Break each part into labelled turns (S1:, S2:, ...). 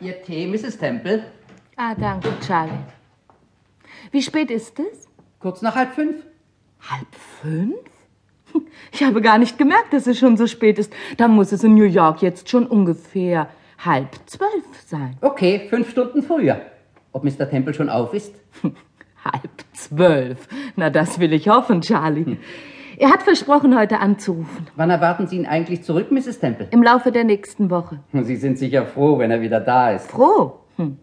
S1: Ihr Tee, Mrs. Temple?
S2: Ah, danke, Charlie. Wie spät ist es?
S1: Kurz nach halb fünf.
S2: Halb fünf? Ich habe gar nicht gemerkt, dass es schon so spät ist. Da muss es in New York jetzt schon ungefähr halb zwölf sein.
S1: Okay, fünf Stunden früher. Ob Mr. Temple schon auf ist?
S2: Halb zwölf. Na, das will ich hoffen, Charlie. Er hat versprochen, heute anzurufen.
S1: Wann erwarten Sie ihn eigentlich zurück, Mrs. Temple?
S2: Im Laufe der nächsten Woche.
S1: Sie sind sicher froh, wenn er wieder da ist.
S2: Froh? Hm.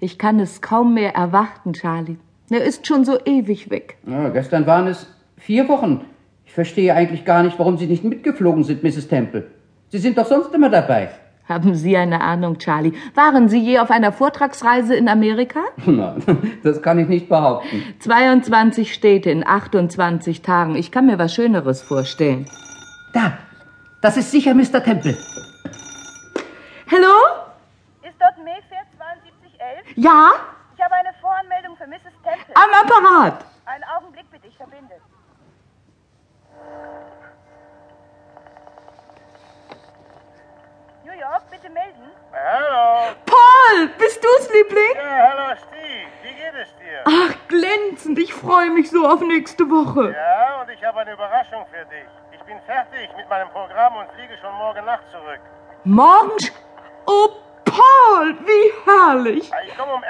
S2: Ich kann es kaum mehr erwarten, Charlie. Er ist schon so ewig weg.
S1: Ja, gestern waren es vier Wochen. Ich verstehe eigentlich gar nicht, warum Sie nicht mitgeflogen sind, Mrs. Temple. Sie sind doch sonst immer dabei.
S2: Haben Sie eine Ahnung, Charlie? Waren Sie je auf einer Vortragsreise in Amerika?
S1: Nein, das kann ich nicht behaupten.
S2: 22 Städte in 28 Tagen. Ich kann mir was Schöneres vorstellen.
S1: Da, das ist sicher Mr. Temple.
S2: Hallo?
S3: Ist dort Mayfair 7211?
S2: Ja?
S3: Ich habe eine Voranmeldung für Mrs. Temple.
S2: Am Apparat.
S3: Einen Augenblick bitte, ich verbinde. New York, bitte melden.
S4: Hallo.
S2: Paul, bist du's, Liebling?
S4: Ja, hallo Steve. Wie geht es dir?
S2: Ach, glänzend. Ich freue mich so auf nächste Woche.
S4: Ja, und ich habe eine Überraschung für dich. Ich bin fertig mit meinem Programm und fliege schon morgen Nacht zurück.
S2: Morgen? sch- Oh, Paul, wie herrlich.
S4: Ich komme um 11.15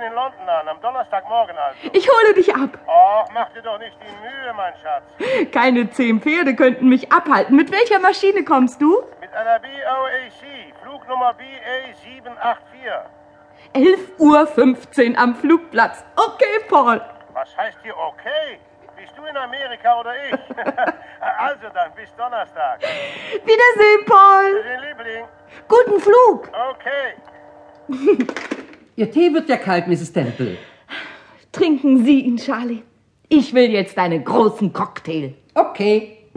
S4: Uhr in London an, am Donnerstagmorgen also.
S2: Ich hole dich ab.
S4: Och, mach dir doch nicht die Mühe, mein Schatz.
S2: Keine zehn Pferde könnten mich abhalten. Mit welcher Maschine kommst du?
S4: Mit einer BOAC, Flugnummer BA784.
S2: 11.15 Uhr am Flugplatz. Okay, Paul.
S4: Was heißt hier okay? Bist du in Amerika oder ich? also dann, bis Donnerstag.
S2: Wiedersehen, Paul.
S4: Den Liebling.
S2: Guten Flug.
S4: Okay.
S1: Ihr Tee wird ja kalt, Mrs. Temple.
S2: Trinken Sie ihn, Charlie. Ich will jetzt einen großen Cocktail.
S1: Okay.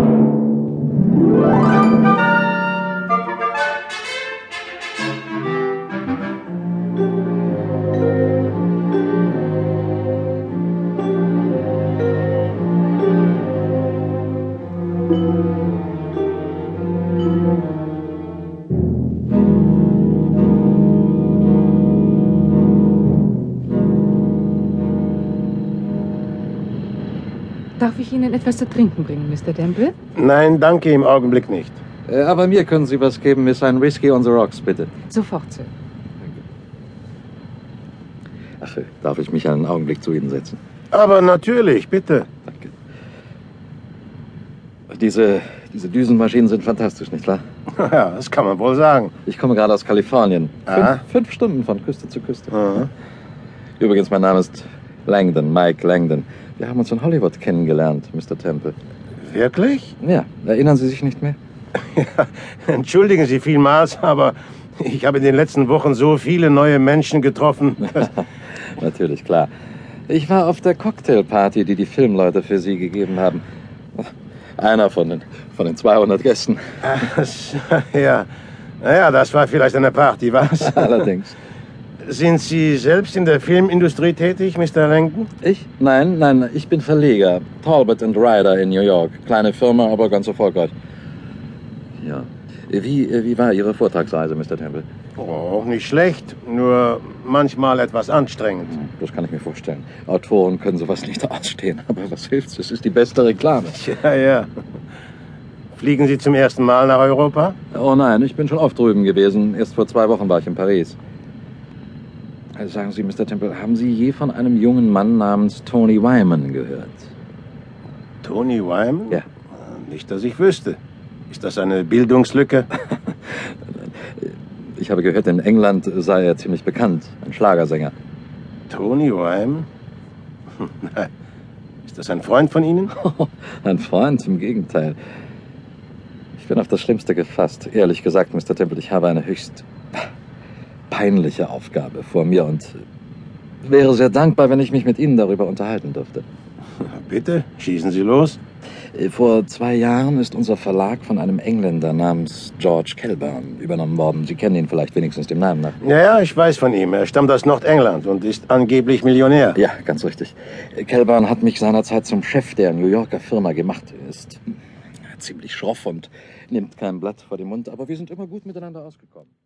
S5: Darf ich Ihnen etwas zu trinken bringen, Mr. Temple?
S6: Nein, danke im Augenblick nicht.
S7: Äh, Aber mir können Sie was geben, Miss. Ein Whisky on the Rocks, bitte.
S5: Sofort, Sir.
S7: Ach, äh, darf ich mich einen Augenblick zu Ihnen setzen?
S6: Aber natürlich, bitte.
S7: Danke. Diese, diese Düsenmaschinen sind fantastisch, nicht wahr?
S6: Ja, das kann man wohl sagen.
S7: Ich komme gerade aus Kalifornien.
S6: Ah.
S7: Fünf, fünf Stunden von Küste zu Küste.
S6: Mhm.
S7: Übrigens, mein Name ist Langdon, Mike Langdon. Wir haben uns in Hollywood kennengelernt, Mr. Temple.
S6: Wirklich?
S7: Ja, erinnern Sie sich nicht mehr?
S6: Entschuldigen Sie vielmals, aber ich habe in den letzten Wochen so viele neue Menschen getroffen. dass-
S7: Natürlich, klar. Ich war auf der Cocktailparty, die die Filmleute für Sie gegeben haben. Einer von den, von den 200 Gästen.
S6: Das, ja, naja, das war vielleicht eine Party, was?
S7: Allerdings.
S6: Sind Sie selbst in der Filmindustrie tätig, Mr. Langdon?
S7: Ich? Nein, nein, ich bin Verleger. Talbot and Ryder in New York. Kleine Firma, aber ganz erfolgreich. Ja. Wie, äh, wie war Ihre Vortragsreise, Mr. Temple?
S6: Oh, nicht schlecht, nur manchmal etwas anstrengend.
S7: Das kann ich mir vorstellen. Autoren können sowas nicht ausstehen. Aber was hilft's? Es ist die beste Reklame.
S6: Ja, ja. Fliegen Sie zum ersten Mal nach Europa?
S7: Oh nein, ich bin schon oft drüben gewesen. Erst vor zwei Wochen war ich in Paris. Also Sagen Sie, Mr. Temple, haben Sie je von einem jungen Mann namens Tony Wyman gehört?
S6: Tony Wyman?
S7: Ja.
S6: Nicht, dass ich wüsste. Ist das eine Bildungslücke?
S7: Ich habe gehört, in England sei er ziemlich bekannt. Ein Schlagersänger.
S6: Tony Wyman? Nein. Ist das ein Freund von Ihnen?
S7: Ein Freund, im Gegenteil. Ich bin auf das Schlimmste gefasst. Ehrlich gesagt, Mr. Temple, ich habe eine höchst peinliche Aufgabe vor mir und wäre sehr dankbar, wenn ich mich mit Ihnen darüber unterhalten dürfte.
S6: Bitte, schießen Sie los.
S7: Äh, Vor zwei Jahren ist unser Verlag von einem Engländer namens George Kelburn übernommen worden. Sie kennen ihn vielleicht wenigstens dem Namen nach.
S6: Ja, ja, ich weiß von ihm. Er stammt aus Nordengland und ist angeblich Millionär.
S7: Ja, ganz richtig. Äh, Kelburn hat mich seinerzeit zum Chef der New Yorker Firma gemacht. Er ist hm, ziemlich schroff und nimmt kein Blatt vor den Mund, aber wir sind immer gut miteinander ausgekommen.